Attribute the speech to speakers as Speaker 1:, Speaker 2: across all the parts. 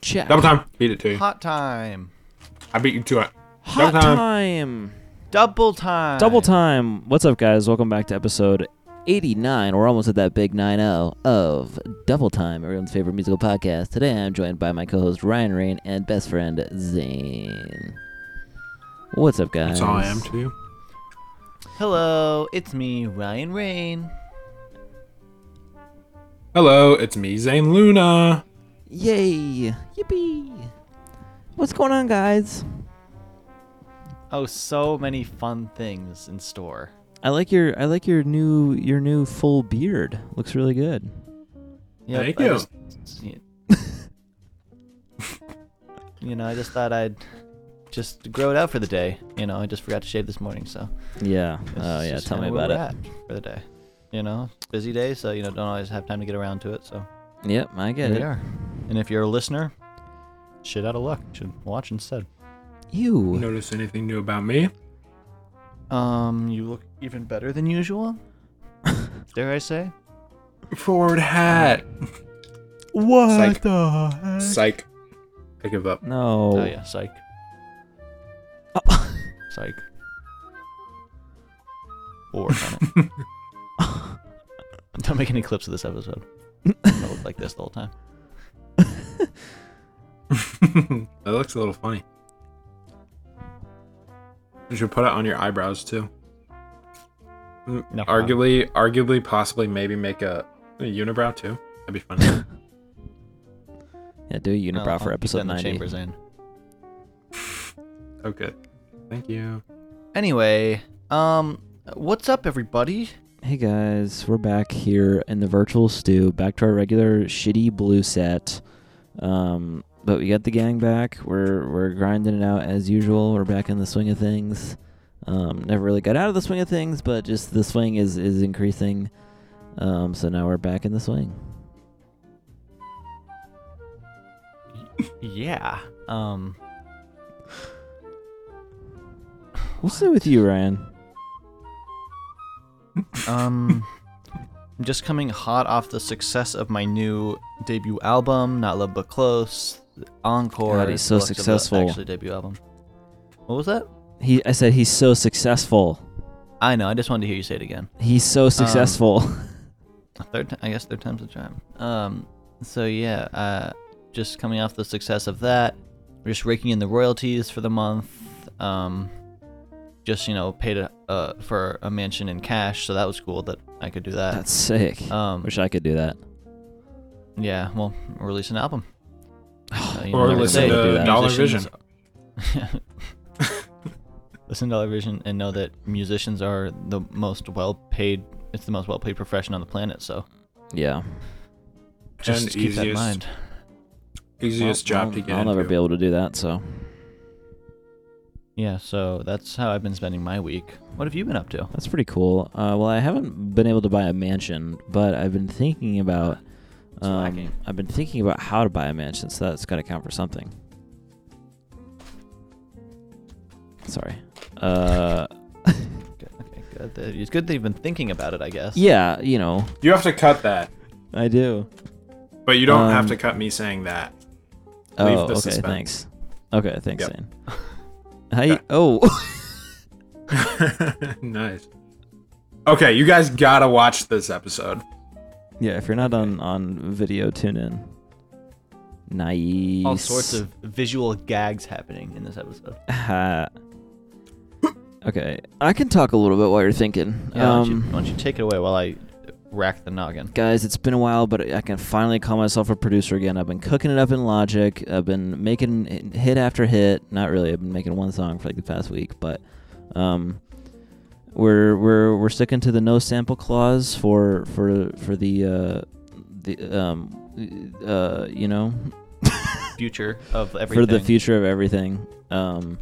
Speaker 1: Check.
Speaker 2: Double time. Beat it to you.
Speaker 3: Hot time.
Speaker 2: I beat you to it.
Speaker 1: Hot
Speaker 2: Double time.
Speaker 1: time.
Speaker 3: Double time.
Speaker 1: Double time. What's up, guys? Welcome back to episode 89. We're almost at that big 9 0 of Double Time, everyone's favorite musical podcast. Today I'm joined by my co host Ryan Rain and best friend Zane. What's up, guys?
Speaker 2: That's all I am to you.
Speaker 3: Hello, it's me, Ryan Rain.
Speaker 2: Hello, it's me, Zane Luna.
Speaker 1: Yay! Yippee! What's going on, guys?
Speaker 3: Oh, so many fun things in store.
Speaker 1: I like your I like your new your new full beard. Looks really good.
Speaker 2: Thank
Speaker 3: I
Speaker 2: you.
Speaker 3: just- you know, I just thought I'd just grow it out for the day. You know, I just forgot to shave this morning, so.
Speaker 1: Yeah.
Speaker 3: this
Speaker 1: Oh
Speaker 3: is
Speaker 1: yeah.
Speaker 3: just
Speaker 1: Tell me
Speaker 3: kinda where
Speaker 1: about
Speaker 3: we're
Speaker 1: it.
Speaker 3: at For the day, you know, busy day, so you know, don't always have time to get around to it. So
Speaker 1: Yep, I get
Speaker 3: here
Speaker 1: it.
Speaker 3: we are. And if you're a listener, shit out of luck. Should watch instead.
Speaker 1: You.
Speaker 2: Notice anything new about me?
Speaker 3: Um, you look even better than usual. Dare I say?
Speaker 2: Forward hat.
Speaker 3: What
Speaker 2: Psych.
Speaker 3: the heck?
Speaker 2: Psych. I give up.
Speaker 1: No.
Speaker 3: Oh yeah, psych, psych. We'll work on it. Don't make any clips of this episode. I look like this the whole time.
Speaker 2: that looks a little funny. You should put it on your eyebrows too. Mm,
Speaker 3: No.
Speaker 2: arguably, arguably, possibly, maybe make a, a unibrow too. That'd be funny.
Speaker 1: Yeah, do a
Speaker 3: I'll-
Speaker 1: unibrow
Speaker 3: I'll keep
Speaker 1: for
Speaker 3: that
Speaker 1: episode
Speaker 3: in the
Speaker 1: 90.
Speaker 3: chambers in.
Speaker 2: okay. Thank you.
Speaker 3: Anyway, um, what's up, everybody?
Speaker 1: Hey guys, we're back here in the virtual stew, back to our regular shitty blue set. Um, but we got the gang back. We're we're grinding it out as usual. We're back in the swing of things. Um, never really got out of the swing of things, but just the swing is is increasing. Um, so now we're back in the swing.
Speaker 3: Yeah. Um,
Speaker 1: What's new with you, Ryan?
Speaker 3: um, I'm just coming hot off the success of my new debut album, Not Love But Close, Encore.
Speaker 1: God, he's so
Speaker 3: deluxe of the
Speaker 1: successful.
Speaker 3: Actually, debut album. What was that?
Speaker 1: He, I said he's so successful.
Speaker 3: I know. I just wanted to hear you say it again.
Speaker 1: He's so successful.
Speaker 3: A Third, ti- I guess third time's a charm. Um, so yeah, uh, just coming off the success of that, we're just raking in the royalties for the month. Um, just you know, paid a, uh, for a mansion in cash, so that was cool that I could do that.
Speaker 1: That's sick.
Speaker 3: Um,
Speaker 1: Wish I could do that.
Speaker 3: yeah, well, release an album. Uh, you
Speaker 2: Or
Speaker 3: never
Speaker 2: listen
Speaker 3: say.
Speaker 1: to Do that.
Speaker 2: Dollar
Speaker 3: Musicians- listen to Dollar Vision and know that musicians are the most well-paid. It's the most well-paid profession on the planet. So
Speaker 1: Yeah.
Speaker 3: just
Speaker 2: And
Speaker 3: keep that in
Speaker 2: easiest.
Speaker 3: mind.
Speaker 2: Easiest
Speaker 1: Well,
Speaker 2: job to
Speaker 1: I'll-
Speaker 2: get.
Speaker 1: I'll never
Speaker 2: into.
Speaker 1: be able to do that. So.
Speaker 3: Yeah, so that's how I've been spending my week. What have you been up to?
Speaker 1: That's pretty cool. Uh, well, I haven't been able to buy a mansion, but I've been thinking about. Um,
Speaker 3: lacking.
Speaker 1: I've been thinking about how to buy a mansion, so that's got to count for something. Sorry. Uh,
Speaker 3: Good, okay, good. that- It's good that you've been thinking about it, I guess.
Speaker 1: yeah, you know,
Speaker 2: You have to cut that,
Speaker 1: I do.
Speaker 2: but you don't have
Speaker 1: Um,
Speaker 2: to cut me saying that.
Speaker 1: Oh, okay.
Speaker 2: the suspense.
Speaker 1: Thanks. Okay, thanks,
Speaker 2: Yep.
Speaker 1: Zane. How
Speaker 2: Yeah.
Speaker 1: you, oh,
Speaker 2: nice. Okay, you guys gotta watch this episode.
Speaker 1: yeah. If you're not on on video, tune in. Nice.
Speaker 3: All sorts of visual gags happening in this episode.
Speaker 1: Ha. okay, I can talk a little bit while you're thinking.
Speaker 3: Yeah, why, don't you,
Speaker 1: Um,
Speaker 3: why don't you take it away while I rack the noggin?
Speaker 1: guys it's been a while but i can finally call myself a producer again i've been cooking it up in logic i've been making hit after hit not really i've been making one song for like the past week but um we're we're we're sticking to the no sample clause for for for the uh the um uh you know
Speaker 3: Future of everything.
Speaker 1: for the future of everything. Um,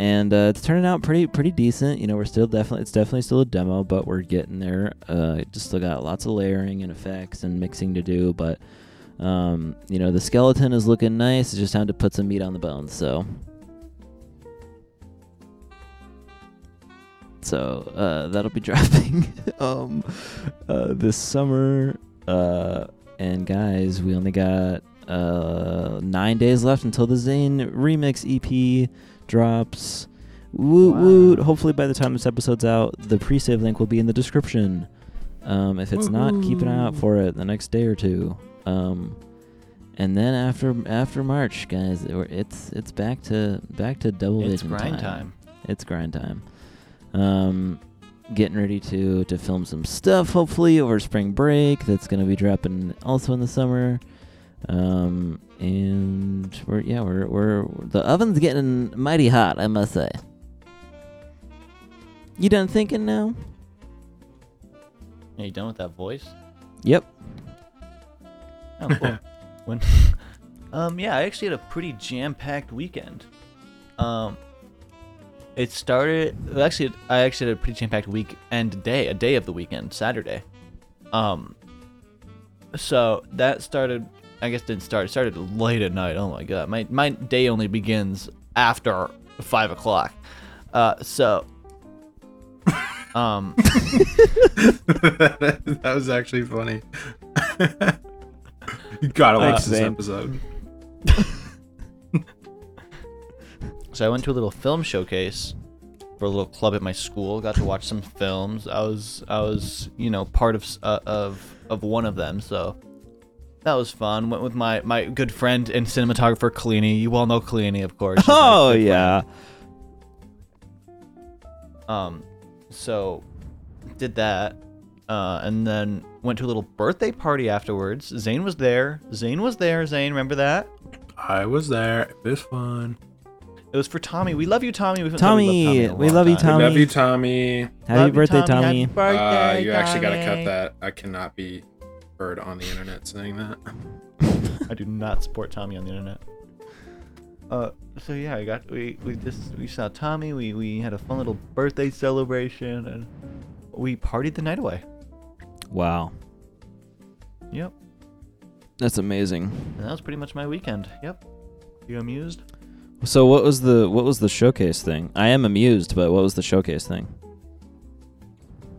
Speaker 1: and uh, it's turning out pretty pretty decent. You know, we're still definitely it's definitely still a demo, but we're getting there. Uh, just still got lots of layering and effects and mixing to do, but um, you know, the skeleton is looking nice. It's just time to put some meat on the bones. So. So uh, that'll be dropping um, uh, this summer. Uh, and guys, we only got uh, nine days left until the Zane remix EP drops. Woot
Speaker 3: Wow.
Speaker 1: woot! Hopefully, by the time this episode's out, the pre-save link will be in the description. Um, if it's not, keep an eye out
Speaker 2: Woohoo.
Speaker 1: for it the next day or two. Um, and then after after March, guys, it- it's it's back to back to double
Speaker 3: It's
Speaker 1: vision
Speaker 3: grind time.
Speaker 1: It's grind time. Um, getting ready to to film some stuff hopefully over spring break. That's gonna be dropping also in the summer. Um, and we're yeah we're we're the oven's getting mighty hot. I must say. You done thinking now?
Speaker 3: Are you done with that voice?
Speaker 1: Yep.
Speaker 3: Oh, cool. when, um, yeah, I actually had a pretty jam-packed weekend. Um, it started. well, Actually, I actually had a pretty jam-packed weekend day, a day of the weekend, Saturday. Um, so that started. I guess didn't start. It started late at night. Oh my god, my my day only begins after five o'clock. Uh, so. um.
Speaker 2: that was actually funny. you gotta watch
Speaker 1: Thanks,
Speaker 2: this
Speaker 1: Zane.
Speaker 2: episode.
Speaker 3: So I went to a little film showcase for a little club at my school. Got to watch some films. I was I was you know part of s- uh, of of one of them. So that was fun. Went with my my good friend and cinematographer Kalini. You all know Kalini, of course. She's my
Speaker 1: Oh
Speaker 3: good
Speaker 1: yeah.
Speaker 3: um, so did that, uh, and then went to a little birthday party afterwards. Zane was there. Zane was there. Zane, remember that?
Speaker 2: I was there. It was fun.
Speaker 3: It was for Tommy. We love you, Tommy. We've
Speaker 1: Tommy, we love you,
Speaker 2: I
Speaker 1: Tommy.
Speaker 2: Love you, Tommy.
Speaker 1: Happy birthday, Tommy.
Speaker 2: Uh, you actually gotta cut that. I cannot be heard on the internet saying that.
Speaker 3: I do not support Tommy on the internet. Uh, so yeah, I got we we just we saw Tommy. We we had a fun little birthday celebration, and we partied the night away.
Speaker 1: Wow,
Speaker 3: Yep,
Speaker 1: that's amazing.
Speaker 3: and that was pretty much my weekend. Yep, you amused?
Speaker 1: So what was the what was the showcase thing? I am amused, but what was the showcase thing?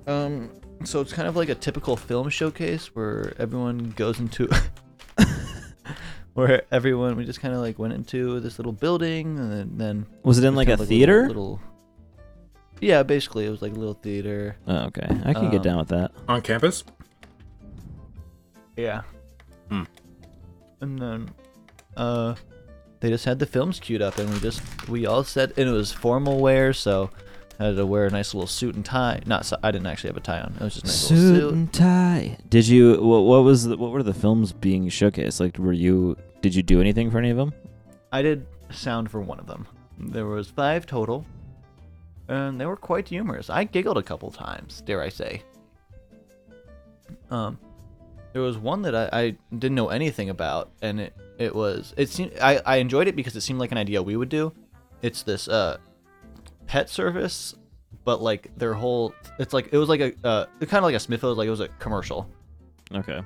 Speaker 3: Um, so it's kind of like a typical film showcase where everyone goes into where everyone we just kind of like went into this little building, and then, then
Speaker 1: Was it in
Speaker 3: it's
Speaker 1: like a
Speaker 3: kind of little-
Speaker 1: theater?
Speaker 3: little yeah, basically it was like a little theater.
Speaker 1: Oh, okay, I can get
Speaker 3: Um,
Speaker 1: down with that.
Speaker 2: On campus?
Speaker 3: Yeah.
Speaker 2: Hmm.
Speaker 3: And then, uh, they just had the films queued up, and we just we all said, and it was formal wear, so I had to wear a nice little suit and tie. Not, so, I didn't actually have a tie on. It was just a nice
Speaker 1: Suit
Speaker 3: little suit.
Speaker 1: and tie. Did you what, what was the, what were the films being showcased? Like, were you did you do anything for any of them?
Speaker 3: I did sound for one of them. There was five total, and they were quite humorous. I giggled a couple times, dare I say. Um, there was one that I, I didn't know anything about, and it it was it seemed I I enjoyed it because it seemed like an idea we would do. It's this uh, pet service, but like their whole it's like it was like a uh kind of like a Smithfield like it was a commercial
Speaker 1: Okay.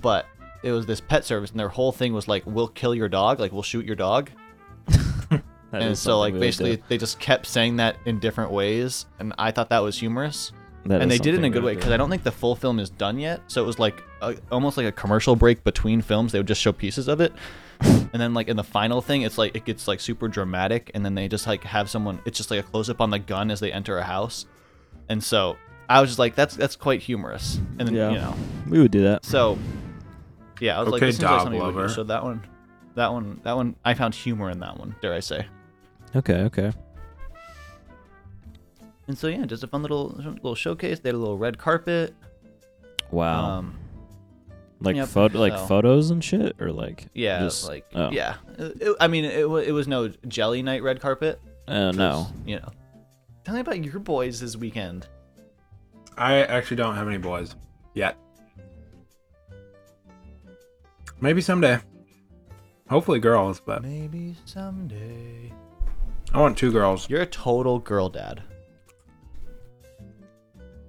Speaker 3: but it was this pet service and their whole thing was like we'll kill your dog like we'll shoot your dog
Speaker 1: That
Speaker 3: and
Speaker 1: is
Speaker 3: so
Speaker 1: something
Speaker 3: like
Speaker 1: we would
Speaker 3: basically
Speaker 1: do.
Speaker 3: they just kept saying that in different ways and i thought that was humorous
Speaker 1: That
Speaker 3: and
Speaker 1: is
Speaker 3: they did it in a
Speaker 1: something
Speaker 3: good
Speaker 1: we
Speaker 3: way
Speaker 1: would
Speaker 3: because i don't think the full film is done yet so it was like a, almost like a commercial break between films they would just show pieces of it and then like in the final thing it's like it gets like super dramatic and then they just like have someone it's just like a close-up on the gun as they enter a house and so i was just like that's that's quite humorous and then
Speaker 1: Yeah.
Speaker 3: you know
Speaker 1: do. we would do that.
Speaker 3: so, yeah, I was like,
Speaker 2: Okay,
Speaker 3: this seems like
Speaker 2: dog
Speaker 3: something we would do.
Speaker 2: lover.
Speaker 3: So that one, that one, that one, I found humor in that one. Dare I say?
Speaker 1: Okay, okay.
Speaker 3: And so yeah, just a fun little little showcase. They had a little red carpet.
Speaker 1: Wow.
Speaker 3: Um,
Speaker 1: like
Speaker 3: yep,
Speaker 1: photo like
Speaker 3: so-
Speaker 1: photos and shit or like
Speaker 3: yeah,
Speaker 1: just-
Speaker 3: like
Speaker 1: oh.
Speaker 3: yeah. It- it- I mean, it, wa- it was no jelly night red carpet.
Speaker 1: Oh
Speaker 3: It
Speaker 1: no.
Speaker 3: was, you know. Tell me about your boys this weekend.
Speaker 2: I actually don't have any boys yet. Maybe someday. Hopefully, girls,
Speaker 1: Uh.
Speaker 2: but
Speaker 3: Maybe someday.
Speaker 2: I want two girls.
Speaker 3: You're a total girl dad.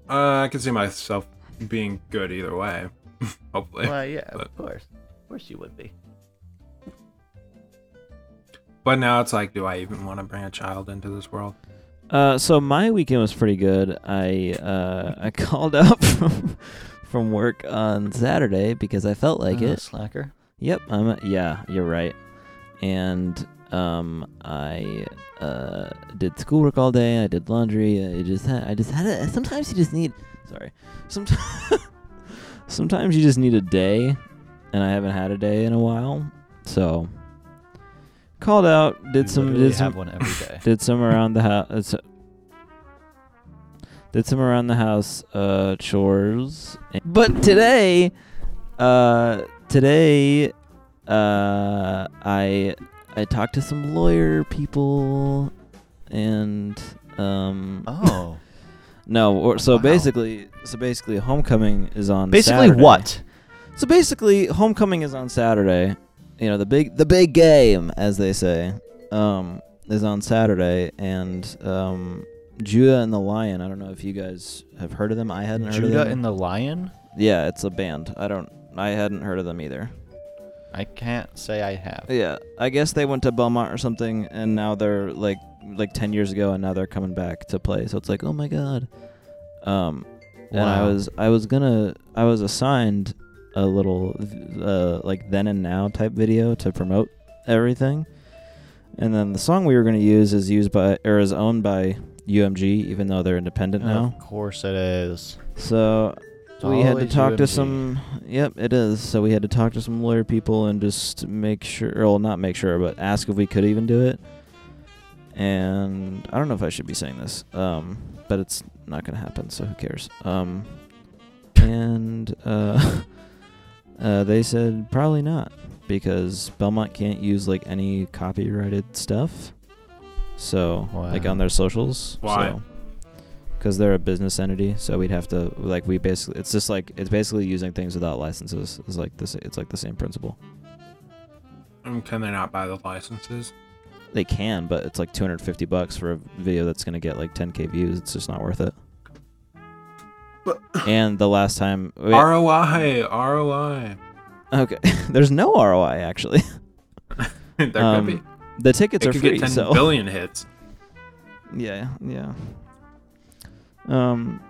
Speaker 2: Uh, I can see myself being good either way. Hopefully.
Speaker 3: Well, yeah, of
Speaker 2: But-
Speaker 3: course, of course you would be.
Speaker 2: But now it's like, do I even want to bring a child into this world?
Speaker 1: Uh, so my weekend was pretty good. I uh, I called up from from work on Saturday because I felt like
Speaker 3: Oh,
Speaker 1: it.
Speaker 3: slacker.
Speaker 1: Yep, I'm a, yeah, you're right. And um, I uh, did schoolwork all day. I did laundry. I just had, I just had a. Sometimes you just need. Sorry. Sometimes sometimes you just need a day, and I haven't had a day in a while. So called out. Did
Speaker 3: You
Speaker 1: some.
Speaker 3: literally
Speaker 1: Did some.
Speaker 3: have one every day.
Speaker 1: Did some around the house. Did some around the house uh, chores. But today, uh, today, uh, I I talked to some lawyer people, and um,
Speaker 3: oh,
Speaker 1: no. Or, so
Speaker 3: Wow.
Speaker 1: basically, so basically, homecoming is on.
Speaker 3: basically
Speaker 1: Saturday.
Speaker 3: what?
Speaker 1: So basically, homecoming is on Saturday. You know, the big the big game, as they say, um, is on Saturday, and um, Judah and the Lion. I don't know if you guys have heard of them. I hadn't heard
Speaker 3: Judah
Speaker 1: of them.
Speaker 3: and the Lion?
Speaker 1: yeah, it's a band. I don't. I hadn't heard of them either.
Speaker 3: I can't say I have.
Speaker 1: Yeah, I guess they went to Belmont or something, and now they're like like ten years ago, and now they're coming back to play. So it's like, oh my god. Um, and I
Speaker 3: Wow.
Speaker 1: was I was gonna I was assigned a little uh, like then and now type video to promote everything, and then the song we were gonna use is used by or is owned by UMG, even though they're independent now.
Speaker 3: Of course it is.
Speaker 1: So
Speaker 3: It's
Speaker 1: we had to
Speaker 3: always
Speaker 1: talk to
Speaker 3: UMG.
Speaker 1: some. Yep, it is. So we had to talk to some lawyer people and just make sure, or well, not make sure, but ask if we could even do it. And I don't know if I should be saying this, um, but it's not going to happen. So who cares? Um, and uh, uh, they said probably not because Belmont can't use like any copyrighted stuff. So like
Speaker 3: Wow.
Speaker 1: on their socials.
Speaker 2: Why?
Speaker 1: So because they're a business entity so we'd have to like we basically it's just like it's basically using things without licenses is like this it's like the same principle
Speaker 2: Um, can they not buy the licenses?
Speaker 1: they can but it's like 250 bucks for a video that's going to get like 10k views it's just not worth it
Speaker 2: But-
Speaker 1: and the last time we-
Speaker 2: ROI, ROI.
Speaker 1: okay there's no roi actually
Speaker 2: there
Speaker 1: Um,
Speaker 2: could be.
Speaker 1: the tickets
Speaker 2: It
Speaker 1: are
Speaker 2: could
Speaker 1: free
Speaker 2: get ten billion
Speaker 1: so
Speaker 2: hits.
Speaker 1: yeah yeah um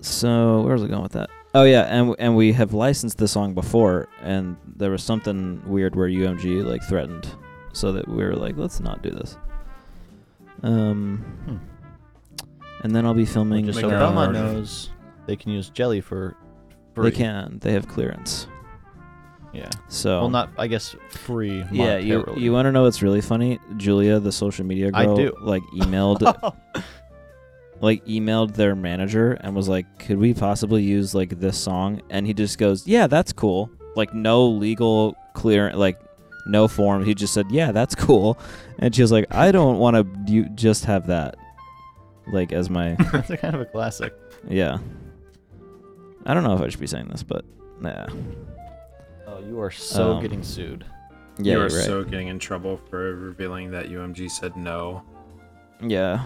Speaker 1: so where was i going with that oh yeah and and we have licensed the song before and there was something weird where umg like threatened so that we were like let's not do this um
Speaker 3: Hmm.
Speaker 1: and then i'll be filming
Speaker 3: Just
Speaker 2: Make
Speaker 3: so
Speaker 2: their own
Speaker 3: Belmont
Speaker 2: version.
Speaker 3: knows, they can use jelly for free.
Speaker 1: they can they have clearance
Speaker 3: Yeah.
Speaker 1: so
Speaker 3: Well, not I guess free.
Speaker 1: yeah you,
Speaker 3: monetarily.
Speaker 1: you want to know what's really funny julia the social media
Speaker 3: I
Speaker 1: girl
Speaker 3: do.
Speaker 1: like emailed like emailed their manager and was like, "Could we possibly use like this song?" And he just goes, "Yeah, that's cool." Like no legal clear like no form. He just said, "Yeah, that's cool." And she was like, "I don't want to you just have that like as my
Speaker 3: That's a kind of a classic.
Speaker 1: yeah." I don't know if I should be saying this, but nah.
Speaker 3: Oh, you are so
Speaker 1: Um,
Speaker 3: getting sued.
Speaker 1: Yeah,
Speaker 2: you
Speaker 1: you're
Speaker 2: are
Speaker 1: right.
Speaker 2: so getting in trouble for revealing that UMG said no.
Speaker 1: yeah.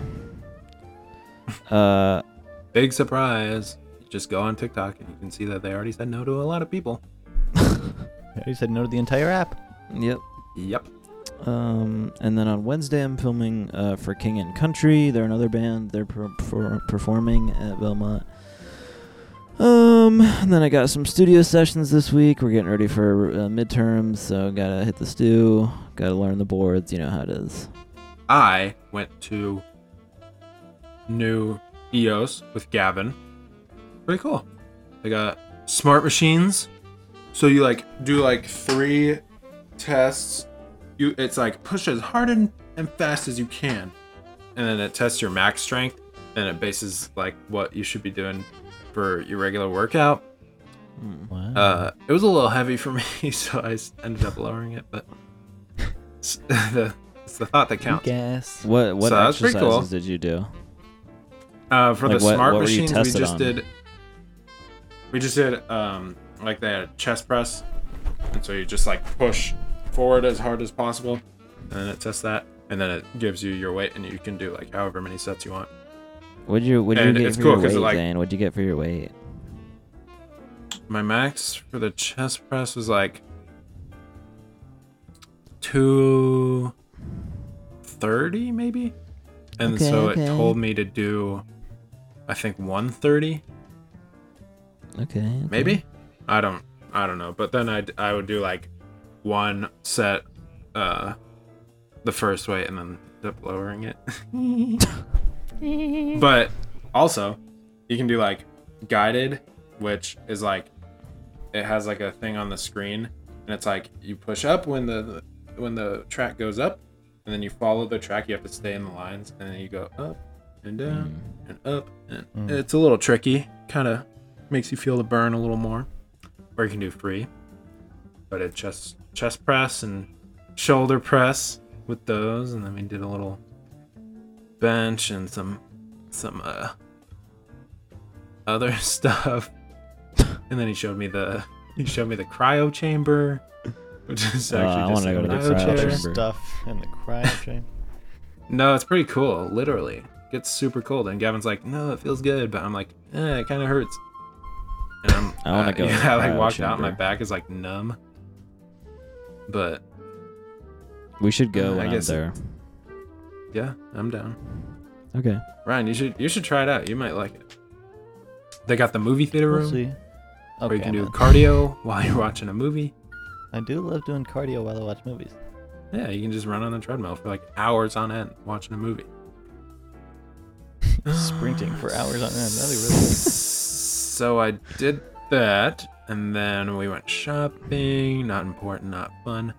Speaker 1: Uh
Speaker 2: Big surprise. Just go on TikTok and you can see that they already said no to a lot of people.
Speaker 3: You said no to the entire app.
Speaker 1: yep.
Speaker 2: Yep.
Speaker 1: Um, and then on Wednesday, I'm filming uh, for King and Country. They're another band. They're per- for performing at Belmont. Um, and then I got some studio sessions this week. We're getting ready for uh, midterms, so gotta hit the stew. Gotta learn the boards. You know how it is.
Speaker 2: I went to new EOS with Gavin. Pretty cool. They got smart machines. So you like do like three tests. You it's like push as hard and, and fast as you can. And then it tests your max strength and it bases like what you should be doing for your regular workout.
Speaker 3: Wow.
Speaker 2: Uh, it was a little heavy for me, so I s- ended up lowering it, but it's the, it's the thought that counts.
Speaker 3: Guess.
Speaker 1: What what
Speaker 2: So that's pretty
Speaker 1: exercises
Speaker 2: cool.
Speaker 1: did you do?
Speaker 2: Uh, for
Speaker 1: Like,
Speaker 2: the
Speaker 1: what-
Speaker 2: smart
Speaker 1: what were you
Speaker 2: machines, we
Speaker 1: tested
Speaker 2: just
Speaker 1: on?
Speaker 2: did. We just did um like they had a chest press, and so you just like push forward as hard as possible, and then it tests that, and then it gives you your weight, and you can do like however many sets you want.
Speaker 1: What'd you what'd
Speaker 2: And
Speaker 1: you get
Speaker 2: it's
Speaker 1: for
Speaker 2: cool
Speaker 1: your
Speaker 2: 'cause
Speaker 1: weight,
Speaker 2: it, like-
Speaker 1: Zane? What'd you get for your weight?
Speaker 2: My max for the chest press was like two thirty maybe, and
Speaker 1: Okay,
Speaker 2: so
Speaker 1: okay.
Speaker 2: it told me to do, I think one thirty
Speaker 1: Okay. okay.
Speaker 2: maybe. I don't I don't know. But then I I would do like one set uh the first way and then dip lowering it. but also you can do like guided, which is like it has like a thing on the screen and it's like you push up when the when the track goes up and then you follow the track you have to stay in the lines and then you go up and down and up and it's a little tricky kind of makes you feel the burn a little more or you can do free but it chest chest press and shoulder press with those and then we did a little bench and some some uh other stuff and then he showed me the he showed me the cryo chamber which is
Speaker 1: Uh, I
Speaker 2: actually just
Speaker 1: wanna go
Speaker 2: a
Speaker 1: to the
Speaker 2: cryo
Speaker 1: cryo
Speaker 2: chair.
Speaker 1: chamber.
Speaker 3: stuff in the cryo chamber.
Speaker 2: No, it's pretty cool. Literally, It gets super cold, and Gavin's like, "No, it feels good," but I'm like, "Eh, it kind of hurts." And I'm, uh,
Speaker 1: I wanna go to
Speaker 2: Yeah,
Speaker 1: cryo
Speaker 2: I like walked out.
Speaker 1: chamber.
Speaker 2: My back is like numb. But
Speaker 1: We should go
Speaker 2: Uh,
Speaker 1: when
Speaker 2: I
Speaker 1: I am
Speaker 2: guess-
Speaker 1: there.
Speaker 2: yeah, I'm down.
Speaker 1: Okay.
Speaker 2: Ryan, you should you should try it out. You might like it. They got the movie theater
Speaker 3: We'll
Speaker 2: room,
Speaker 3: see.
Speaker 2: where
Speaker 3: Okay,
Speaker 2: you can do
Speaker 3: man.
Speaker 2: cardio while you're watching a movie.
Speaker 3: I do love doing cardio while I watch movies.
Speaker 2: Yeah, you can just run on the treadmill for like hours on end watching a movie.
Speaker 3: Sprinting for hours on end. That'd be really good.
Speaker 2: so I did that, and then we went shopping. Not important, not fun.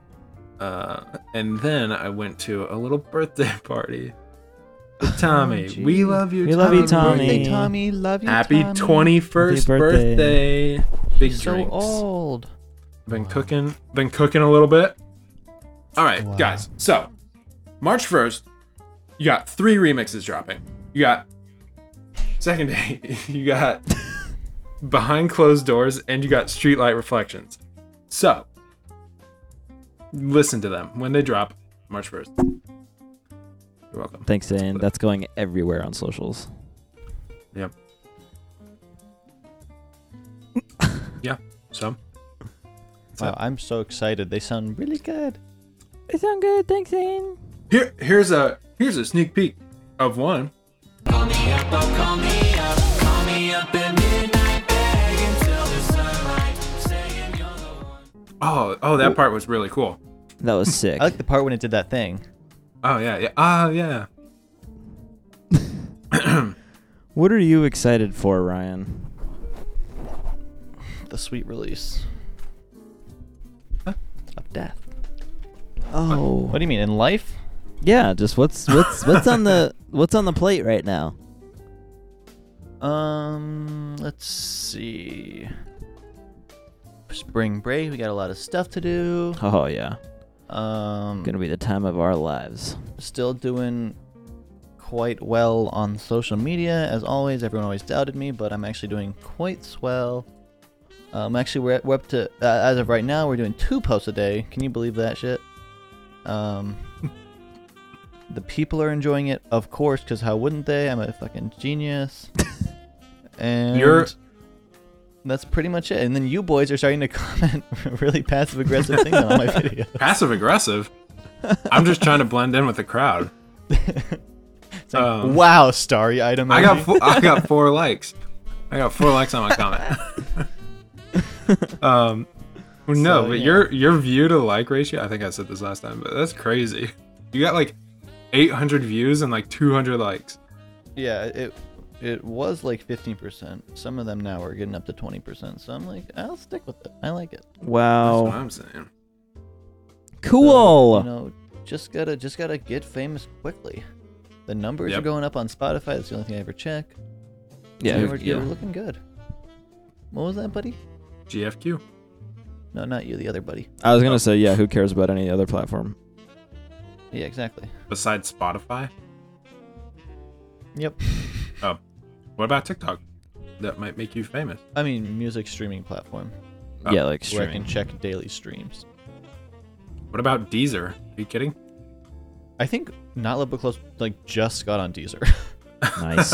Speaker 2: Uh, and then I went to a little birthday party. with Tommy,
Speaker 3: Oh, gee.
Speaker 2: we love you.
Speaker 1: We love you,
Speaker 3: Birthday,
Speaker 1: Tommy.
Speaker 3: Tommy. Love you,
Speaker 2: Happy
Speaker 3: Tommy.
Speaker 2: 21st
Speaker 1: Happy
Speaker 2: birthday.
Speaker 1: birthday.
Speaker 2: Big
Speaker 3: He's so
Speaker 2: drinks.
Speaker 3: old.
Speaker 2: Been cooking. Been cooking a little bit. All right,
Speaker 3: Wow.
Speaker 2: guys. So March first, you got three remixes dropping. You got second day. You got behind closed doors, and you got streetlight reflections. So listen to them when they drop March first. You're welcome.
Speaker 1: Thanks, Zane.
Speaker 2: put-
Speaker 1: That's going everywhere on socials.
Speaker 2: Yep. yeah. So
Speaker 3: Wow, I'm so excited. They sound really good.
Speaker 1: They sound good. Thanks, Zane.
Speaker 2: here, here's a here's a sneak peek of one.
Speaker 4: Call me up, oh, call me up, call me up at midnight, begging till the sunlight, saying you're the one.
Speaker 2: Oh, oh, that part was really cool.
Speaker 1: That was sick.
Speaker 3: I like the part when it did that thing.
Speaker 2: Oh yeah, yeah. Oh yeah.
Speaker 1: What are you excited for, Ryan?
Speaker 3: The sweet release. Of death.
Speaker 1: Oh,
Speaker 3: What do you mean? In life?
Speaker 1: yeah. Just what's what's what's on the what's on the plate right now?
Speaker 3: Um, let's see. Spring break. We got a lot of stuff to do.
Speaker 1: Oh yeah,
Speaker 3: Um,
Speaker 1: gonna be the time of our lives.
Speaker 3: still doing quite well on social media as always everyone always doubted me but i'm actually doing quite swell um actually we're, we're up to uh, as of right now we're doing two posts a day can you believe that shit um the people are enjoying it of course because how wouldn't they i'm a fucking genius and
Speaker 2: You're-
Speaker 3: that's pretty much it and then you boys are starting to comment really passive aggressive things on all my videos
Speaker 2: Passive aggressive. I'm just trying to blend in with the crowd.
Speaker 3: It's like,
Speaker 2: Um,
Speaker 3: wow starry item
Speaker 2: I got four, I got four likes. I got four likes on my comment. um, well, no,
Speaker 3: So,
Speaker 2: but
Speaker 3: yeah.
Speaker 2: your your view to like ratio. I think I said this last time, but that's crazy. You got like 800 views and like 200 likes.
Speaker 3: Yeah, it it was like 15%. Some of them now are getting up to 20%. So I'm like, I'll stick with it. I like it.
Speaker 2: That's
Speaker 3: Oh.
Speaker 2: what
Speaker 1: Wow,
Speaker 2: I'm saying.
Speaker 3: So,
Speaker 1: cool.
Speaker 3: you know, just got to just got to get famous quickly. The numbers are
Speaker 2: Yep.
Speaker 3: going up on Spotify. That's the only thing I ever check.
Speaker 1: yeah,
Speaker 3: And we're,
Speaker 1: yeah.
Speaker 3: we're looking good. What was that, buddy?
Speaker 2: GFQ.
Speaker 3: No, not you, the other buddy.
Speaker 1: I was gonna say yeah. Who cares about any other platform?
Speaker 3: Yeah, exactly.
Speaker 2: Besides Spotify,
Speaker 3: Yep.
Speaker 2: what about TikTok? That might make you famous.
Speaker 3: I mean, music streaming platform
Speaker 2: Oh,
Speaker 1: yeah, like
Speaker 3: where I
Speaker 1: streaming.
Speaker 3: can check daily streams.
Speaker 2: What about Deezer? Are you kidding?
Speaker 3: I think Not Love But Close like just got on Deezer.
Speaker 1: nice.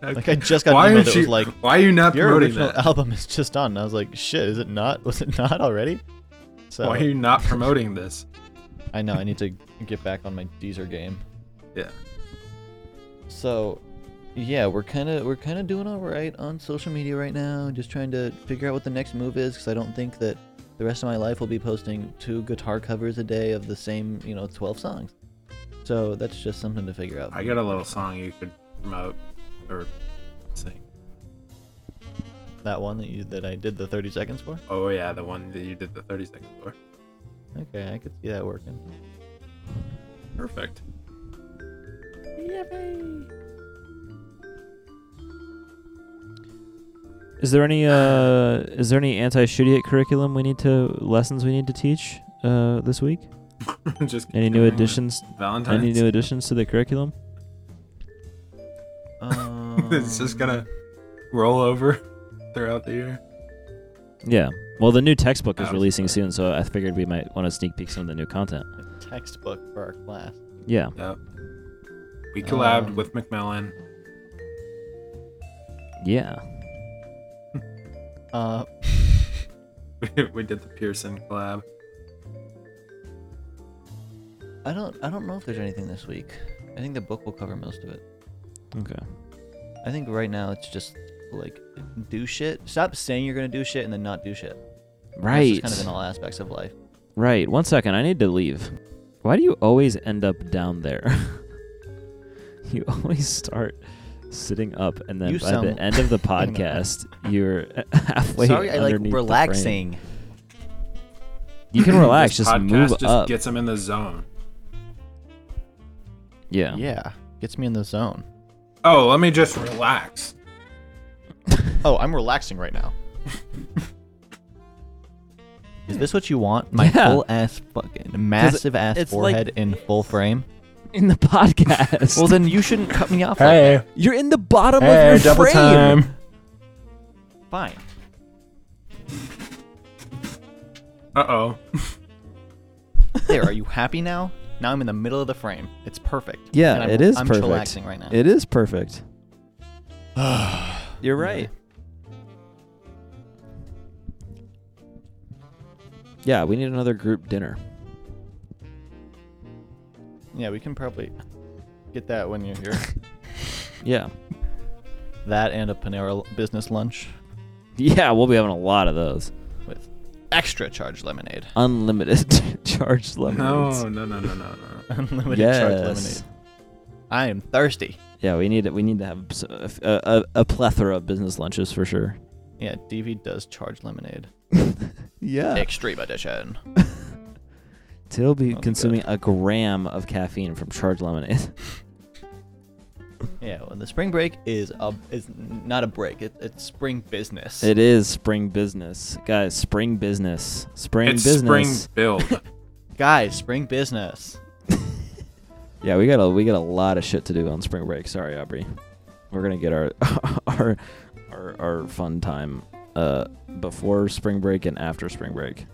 Speaker 3: like I just got
Speaker 2: Oh, why
Speaker 3: an email
Speaker 2: aren't
Speaker 3: that
Speaker 2: you
Speaker 3: was like
Speaker 2: why are you not
Speaker 3: your
Speaker 2: promoting
Speaker 3: original
Speaker 2: that?
Speaker 3: album is just on. And I was like, shit, is it not? Was it not already? So
Speaker 2: Why are you not promoting this?
Speaker 3: I know I need to get back on my Deezer game.
Speaker 2: Yeah.
Speaker 3: So yeah, we're kind of we're kind of doing all right on social media right now. Just trying to figure out what the next move is because I don't think that the rest of my life will be posting two guitar covers a day of the same you know twelve songs. So that's just something to figure out.
Speaker 2: I got a little song you could promote or sing.
Speaker 3: that one that you that I did the thirty seconds for.
Speaker 2: Oh yeah, the one that you did the 30 seconds for.
Speaker 3: Okay, I could see that working.
Speaker 2: Perfect.
Speaker 1: Is there any uh is there any anti shitty at curriculum we need to lessons we need to teach uh this week?
Speaker 2: Just
Speaker 1: Any
Speaker 2: continuing
Speaker 3: Uh,
Speaker 1: new
Speaker 2: with
Speaker 1: additions?
Speaker 2: Valentine's.
Speaker 1: Any new additions to the curriculum?
Speaker 3: Um,
Speaker 2: it's just gonna roll over throughout the year.
Speaker 1: Yeah. Well, the new textbook is
Speaker 2: Oh,
Speaker 1: releasing
Speaker 2: sorry.
Speaker 1: soon, so I figured we might want to sneak peek some of the new content.
Speaker 3: Um, a textbook for our class.
Speaker 1: Yeah.
Speaker 2: Yep. We collabed
Speaker 3: Um,
Speaker 2: with Macmillan.
Speaker 1: Yeah.
Speaker 3: Uh,
Speaker 2: we did the Pearson collab.
Speaker 3: I don't I don't know if there's anything this week. I think the book will cover most of it.
Speaker 1: Okay.
Speaker 3: I think right now it's just like do shit. Stop saying you're gonna do shit and then not do shit. That's
Speaker 1: Right.
Speaker 3: just kind of in all aspects of life.
Speaker 1: Right. One second. I need to leave. Why do you always end up down there? you always start sitting up, and then
Speaker 3: You
Speaker 1: by
Speaker 3: sound-
Speaker 1: the end of the
Speaker 3: I know.
Speaker 1: podcast, you're halfway.
Speaker 3: Sorry, I like
Speaker 1: underneath the frame.
Speaker 3: relaxing.
Speaker 1: You can relax.
Speaker 2: This
Speaker 1: just
Speaker 2: podcast
Speaker 1: move
Speaker 2: just
Speaker 1: up.
Speaker 2: gets him in the zone.
Speaker 1: yeah.
Speaker 3: Yeah, gets me in the zone.
Speaker 2: Oh, let me just relax.
Speaker 3: Oh, I'm relaxing right now. Is this what you want? My
Speaker 1: Yeah.
Speaker 3: full ass fucking massive ass
Speaker 1: it's like-
Speaker 3: forehead in full frame.
Speaker 1: In the podcast.
Speaker 3: Well, then you shouldn't cut me off. like
Speaker 1: you're in the bottom of your frame.
Speaker 3: that. fine.
Speaker 2: Uh oh.
Speaker 3: There, are you happy now? Now I'm in the middle of the frame. It's perfect. And
Speaker 1: Yeah,
Speaker 3: I'm,
Speaker 1: it is
Speaker 3: I'm
Speaker 1: perfect.
Speaker 3: chillaxing right now.
Speaker 1: It is perfect. You're right. Yeah, we need another group dinner.
Speaker 3: Yeah, we can probably get that when you're here.
Speaker 1: Yeah.
Speaker 3: that and a Panera l- business lunch
Speaker 1: Yeah, we'll be having a lot of those.
Speaker 3: with extra charged lemonade,
Speaker 1: Unlimited charged lemonades.
Speaker 2: No, no, no, no, no, no.
Speaker 3: unlimited
Speaker 1: yes.
Speaker 3: charged lemonade. I am thirsty.
Speaker 1: Yeah, we need we need to have s- a, a, a plethora of business lunches for sure.
Speaker 3: Yeah, DV does charge lemonade.
Speaker 1: Yeah.
Speaker 3: Extreme edition.
Speaker 1: He'll be
Speaker 3: That'll be
Speaker 1: consuming a gram of caffeine from charged lemonade.
Speaker 3: Yeah, well, the spring break is a is n- not a break. It, it's spring business.
Speaker 1: It is spring business, guys. Spring business. Spring
Speaker 2: It's
Speaker 1: business.
Speaker 2: spring build.
Speaker 3: Guys, spring business.
Speaker 1: Yeah, we got a we got a lot of shit to do on spring break. Sorry, Aubrey. We're gonna get our our our, our fun time uh, before spring break and after spring break.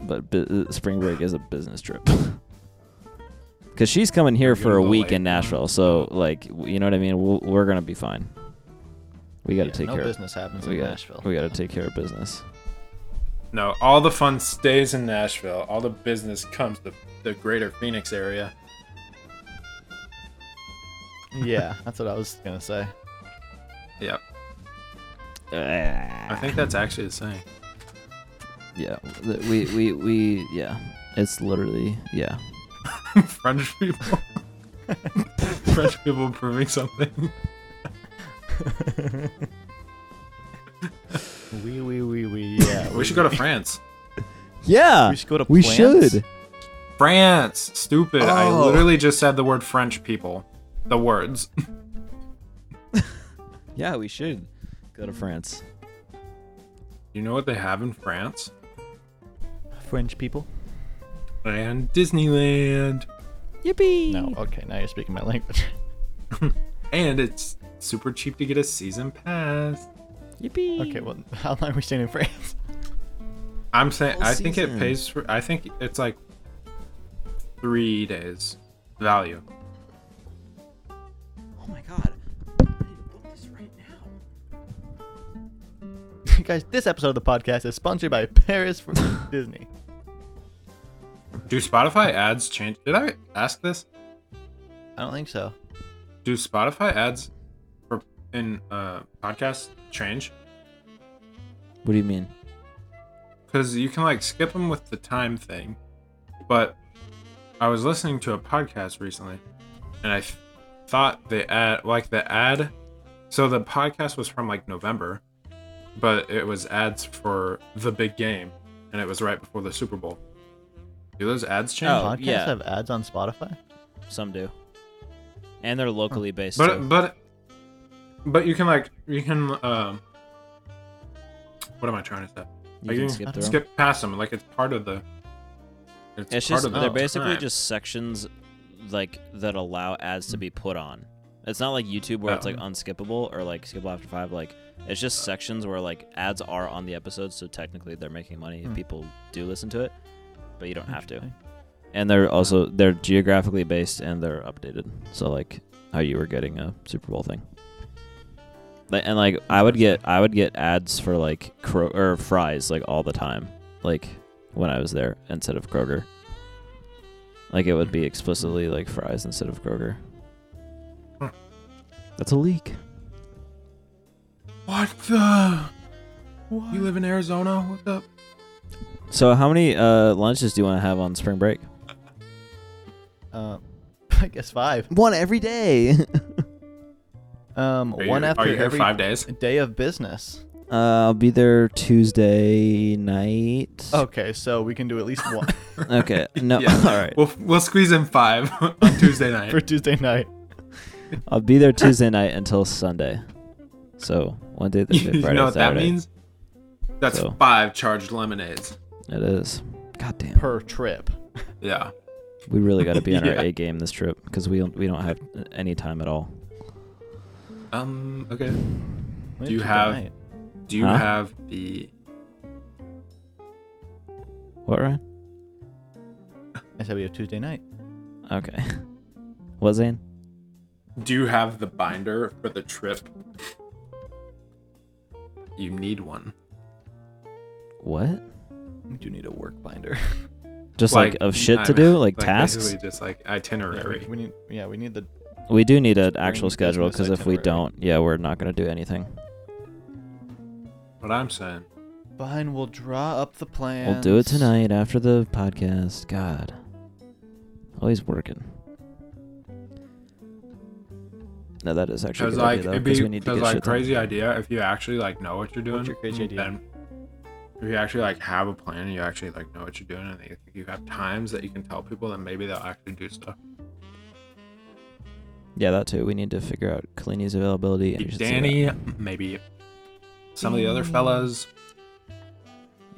Speaker 1: But bu- uh, spring break is a business trip. Cause she's coming here
Speaker 2: We're
Speaker 1: for a
Speaker 2: getting
Speaker 1: week in
Speaker 2: delayed.
Speaker 1: Nashville, so like w- you know what I mean. We'll, we're gonna be fine. We got to
Speaker 3: Yeah,
Speaker 1: take
Speaker 3: no
Speaker 1: care.
Speaker 3: business happens
Speaker 1: Of, we
Speaker 3: in
Speaker 1: got
Speaker 3: Nashville.
Speaker 1: we got to take care of business.
Speaker 2: no, all the fun stays in Nashville. All the business comes to the greater Phoenix area.
Speaker 3: yeah, that's what I was gonna say.
Speaker 2: Yep. I think that's actually the same.
Speaker 1: Yeah, th- we we we yeah. It's literally yeah.
Speaker 2: French people. French people proving something.
Speaker 3: Wee wee wee wee. Yeah,
Speaker 2: We should go to France.
Speaker 1: Yeah.
Speaker 3: We should go to
Speaker 1: We
Speaker 3: plants?
Speaker 1: should.
Speaker 2: France! Stupid. I
Speaker 3: Oh.
Speaker 2: literally just said the word French people. The words.
Speaker 1: Yeah, we should go
Speaker 3: Hmm.
Speaker 1: to France.
Speaker 2: You know what they have in France?
Speaker 3: French people.
Speaker 2: And Disneyland.
Speaker 1: Yippee!
Speaker 3: No, okay, now you're speaking my language.
Speaker 2: And it's super cheap to get a season pass.
Speaker 1: Yippee!
Speaker 3: Okay, well, how long are we staying in France?
Speaker 2: I'm saying
Speaker 1: Whole
Speaker 2: I think
Speaker 1: season.
Speaker 2: it pays for I think it's like three days value.
Speaker 1: Oh my god.
Speaker 3: Guys, this episode of the podcast is sponsored by Paris for Disney.
Speaker 2: Do Spotify ads change did I ask this?
Speaker 3: I don't think so.
Speaker 2: Do Spotify ads for in uh podcasts change?
Speaker 1: What do you mean?
Speaker 2: Because you can like skip them with the time thing, but I was listening to a podcast recently, and I th- thought the ad like the ad. So the podcast was from like November, but it was ads for the big game, and it was right before the Super Bowl. Do those ads change?
Speaker 1: Oh,
Speaker 3: Podcasts
Speaker 1: yeah.
Speaker 3: have ads on Spotify.
Speaker 1: Some do. And they're locally based.
Speaker 2: but
Speaker 1: too.
Speaker 2: but but you can like you can um what am i trying to say
Speaker 1: you can skip through 'em.
Speaker 2: skip past them like it's part of the it's,
Speaker 1: It's
Speaker 2: part
Speaker 1: just
Speaker 2: of the
Speaker 1: they're basically
Speaker 2: time.
Speaker 1: just sections like that allow ads to be put on. It's not like YouTube where it's
Speaker 2: Oh.
Speaker 1: like unskippable or like skippable after five. Like it's just sections where like ads are on the episodes, so technically they're making money if
Speaker 3: Hmm.
Speaker 1: people do listen to it, but you don't
Speaker 2: Hmm.
Speaker 1: have to.
Speaker 3: Interesting.
Speaker 1: And they're also they're geographically based and they're updated. So like how you were getting a Super Bowl thing. Like, and like I would get I would get ads for like Kro- or fries like all the time, like when I was there instead of Kroger. Like it would be explicitly like fries instead of Kroger.
Speaker 2: Huh.
Speaker 1: That's a leak.
Speaker 2: what the you live in arizona what's up
Speaker 1: So how many uh, lunches do you want to have on spring break?
Speaker 3: Uh, I guess five.
Speaker 1: One every day.
Speaker 3: Um,
Speaker 2: are
Speaker 3: one
Speaker 2: you,
Speaker 3: after
Speaker 2: are you here
Speaker 3: every
Speaker 2: five days
Speaker 3: day of business.
Speaker 1: uh, I'll be there Tuesday night.
Speaker 3: Okay, so we can do at least one
Speaker 1: Okay. No.
Speaker 2: Yeah.
Speaker 1: All right.
Speaker 2: we'll, we'll squeeze in five on tuesday night
Speaker 3: for Tuesday night.
Speaker 1: I'll be there Tuesday night until Sunday. So one day, Thursday,
Speaker 2: you
Speaker 1: Friday,
Speaker 2: know what that
Speaker 1: Saturday.
Speaker 2: means that's
Speaker 1: So-
Speaker 2: five charged lemonades
Speaker 1: It is. God damn.
Speaker 3: per trip.
Speaker 2: yeah
Speaker 1: We really got to be on
Speaker 2: Yeah.
Speaker 1: our A game this trip because we don't we don't have any time at all.
Speaker 2: um okay
Speaker 3: Wait,
Speaker 2: you
Speaker 3: Tuesday
Speaker 2: have-
Speaker 3: night.
Speaker 2: do you
Speaker 1: Huh?
Speaker 2: have the
Speaker 1: What, Ryan?
Speaker 3: I said we have Tuesday night.
Speaker 1: Okay. What, Zane?
Speaker 2: Do you have the binder for the trip? You need one.
Speaker 1: What?
Speaker 3: We do need a work binder.
Speaker 1: Just like, of shit to
Speaker 2: I'm-
Speaker 1: do, like, tasks.
Speaker 2: basically Just like
Speaker 3: Yeah, we,
Speaker 2: itinerary.
Speaker 3: we need. Yeah, we need the.
Speaker 1: We do need an
Speaker 3: bring
Speaker 1: actual
Speaker 3: business
Speaker 1: schedule because if we
Speaker 3: itinerary.
Speaker 1: don't, yeah, we're not gonna do anything.
Speaker 2: What I'm saying.
Speaker 3: Fine, we'll draw up the plan.
Speaker 1: We'll do it tonight after the podcast. God, always working. No, that is actually a
Speaker 2: Because
Speaker 1: good
Speaker 2: like
Speaker 1: idea, though,
Speaker 2: it'd
Speaker 1: 'cause
Speaker 2: be
Speaker 1: we need to
Speaker 2: because
Speaker 1: get
Speaker 2: like
Speaker 1: shit done.
Speaker 2: crazy idea if you actually like know what you're doing.
Speaker 3: What's your crazy idea?
Speaker 2: then- if you actually like have a plan and you actually like know what you're doing and you, you have times that you can tell people then maybe they'll actually do stuff.
Speaker 1: Yeah, that too. We need to figure out Kalini's availability. And we should see that.
Speaker 2: Danny, maybe some of the other fellas.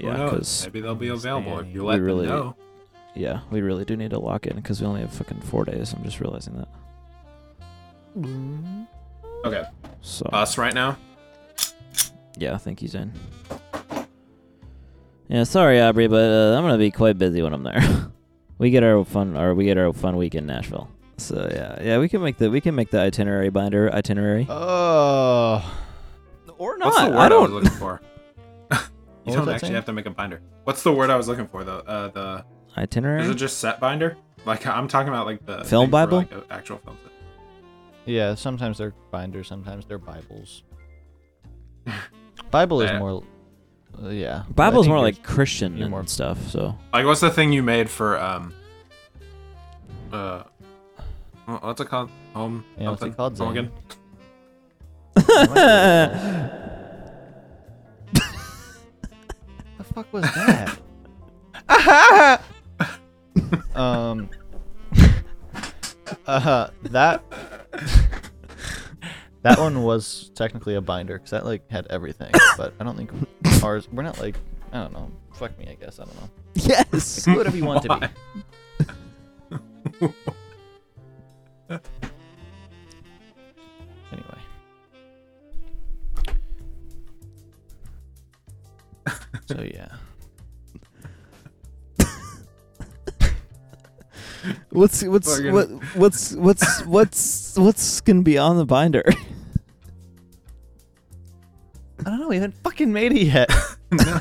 Speaker 2: who
Speaker 1: Yeah,
Speaker 2: knows?
Speaker 1: because
Speaker 2: maybe they'll be available if
Speaker 3: Danny.
Speaker 2: you
Speaker 1: We
Speaker 2: let them
Speaker 1: really-
Speaker 2: know.
Speaker 1: yeah, we really do need to lock in because we only have fucking four days. I'm just realizing that.
Speaker 2: Mm-hmm. Okay,
Speaker 1: So
Speaker 2: us right now.
Speaker 1: yeah, thank you, Zane. Yeah, sorry, Aubrey, but uh, I'm gonna be quite busy when I'm there. we get our fun, or we get our fun week in Nashville. So yeah, yeah, we can make the we can make the itinerary binder itinerary
Speaker 3: Oh.
Speaker 1: or
Speaker 2: Uh, What's the word
Speaker 1: I
Speaker 2: was
Speaker 1: don't.
Speaker 2: looking for? you
Speaker 3: was
Speaker 2: don't
Speaker 3: that
Speaker 2: actually
Speaker 3: saying?
Speaker 2: have to make a binder. What's the word I was looking for though? Uh, the is it
Speaker 1: itinerary.
Speaker 2: just set binder? Like I'm talking about like the
Speaker 1: Film
Speaker 2: thing for,
Speaker 1: Bible?
Speaker 2: like, a actual film set.
Speaker 3: Yeah, sometimes they're binders, sometimes they're Bibles. Bible is
Speaker 2: Yeah.
Speaker 3: more. uh, yeah. but I
Speaker 1: Bible's
Speaker 3: think
Speaker 1: more
Speaker 3: yours-
Speaker 1: like Christian
Speaker 3: you're
Speaker 1: and
Speaker 3: more-
Speaker 1: stuff. So
Speaker 2: Like what's the thing you made for um uh wha- what's it called? Home
Speaker 3: Yeah, what's
Speaker 2: something?
Speaker 3: it called,
Speaker 2: Home
Speaker 3: Zane?
Speaker 2: again?
Speaker 3: the fuck was that? um. Uh, that that one was technically a binder because that like had everything, but I don't think ours. We're not like I don't know. Fuck me, I guess I don't know.
Speaker 1: yes,
Speaker 3: Do whatever you want to be.
Speaker 2: Why?
Speaker 3: Anyway, so yeah.
Speaker 1: what's what's
Speaker 2: Fucking-
Speaker 1: what, what's what's what's what's gonna be on the binder?
Speaker 3: I don't know. We haven't fucking made it yet.
Speaker 2: no,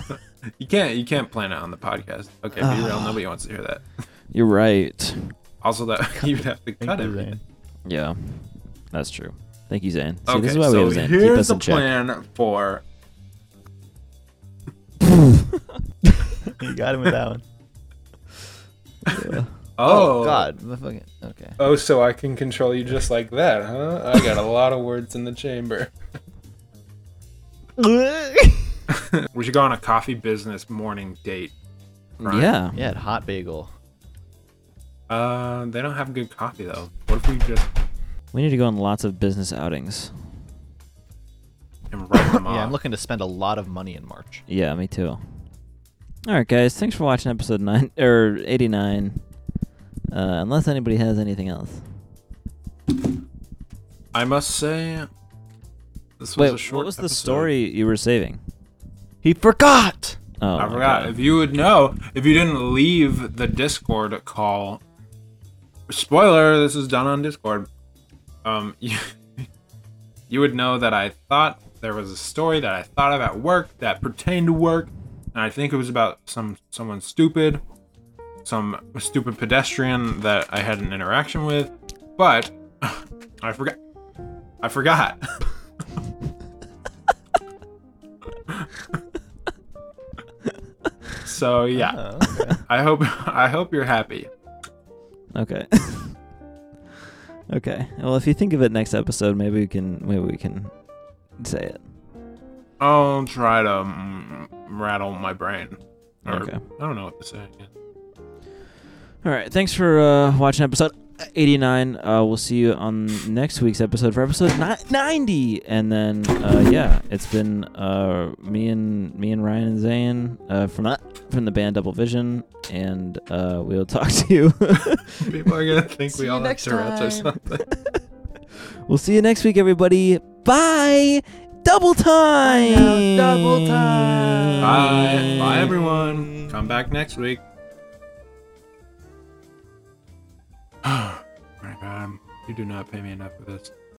Speaker 2: you can't you can't plan it on the podcast. Okay, be real, nobody wants to hear that.
Speaker 1: You're right.
Speaker 2: Also that you'd have to cut
Speaker 3: Thank you,
Speaker 2: everything.
Speaker 3: Zane.
Speaker 1: Yeah. That's true. Thank you, Zane. See,
Speaker 2: okay,
Speaker 1: this is why we
Speaker 2: so
Speaker 1: have Zane. Keep
Speaker 2: here's
Speaker 1: us
Speaker 2: the
Speaker 1: in check.
Speaker 2: plan for
Speaker 3: you got him with that one.
Speaker 2: oh,
Speaker 3: God. the fucking- Okay.
Speaker 2: Oh, so I can control you just like that, huh? I got a lot of words in the chamber. We should go on a coffee business morning date. Right?
Speaker 1: Yeah.
Speaker 3: yeah, at Hot Bagel.
Speaker 2: Uh, they don't have good coffee though. What if we just
Speaker 1: We need to go on lots of business outings.
Speaker 2: and write them off?
Speaker 3: Yeah, I'm looking to spend a lot of money in March.
Speaker 1: Yeah, me too. All right, guys. Thanks for watching episode nine or eighty nine. Uh, unless anybody has anything else.
Speaker 2: I must say, this was
Speaker 1: Wait,
Speaker 2: a short.
Speaker 1: what was the
Speaker 2: episode.
Speaker 1: story you were saving?
Speaker 3: He forgot.
Speaker 1: Oh,
Speaker 2: I forgot.
Speaker 1: okay.
Speaker 2: If you would know, if you didn't leave the Discord call, spoiler, this is done on Discord. Um, you, you would know that I thought there was a story that I thought of at work that pertained to work, and I think it was about some someone stupid, some stupid pedestrian that I had an interaction with, but I forgot. I forgot. so yeah.
Speaker 3: Oh, okay.
Speaker 2: I hope I hope you're happy.
Speaker 1: Okay. okay. Well, if you think of it next episode, maybe we can maybe we can say it.
Speaker 2: I'll try to mm, rattle my brain. Or,
Speaker 1: Okay.
Speaker 2: I don't know what to say.
Speaker 1: All right. Thanks for uh, watching episode 89. Uh, we'll see you on next week's episode for episode ni- 90. And then, uh, yeah, it's been uh, me and me and Ryan and Zane uh, from that from the band Double Vision, and uh, we'll talk to you.
Speaker 2: People are gonna think
Speaker 3: See
Speaker 2: we
Speaker 3: you
Speaker 2: all have
Speaker 3: next
Speaker 2: Tourette's or
Speaker 3: time.
Speaker 2: something.
Speaker 1: we'll see you next week, everybody. Bye. Double time.
Speaker 3: Double time.
Speaker 2: Bye, bye everyone. Come back next week. Alright, man. You do not pay me enough for this.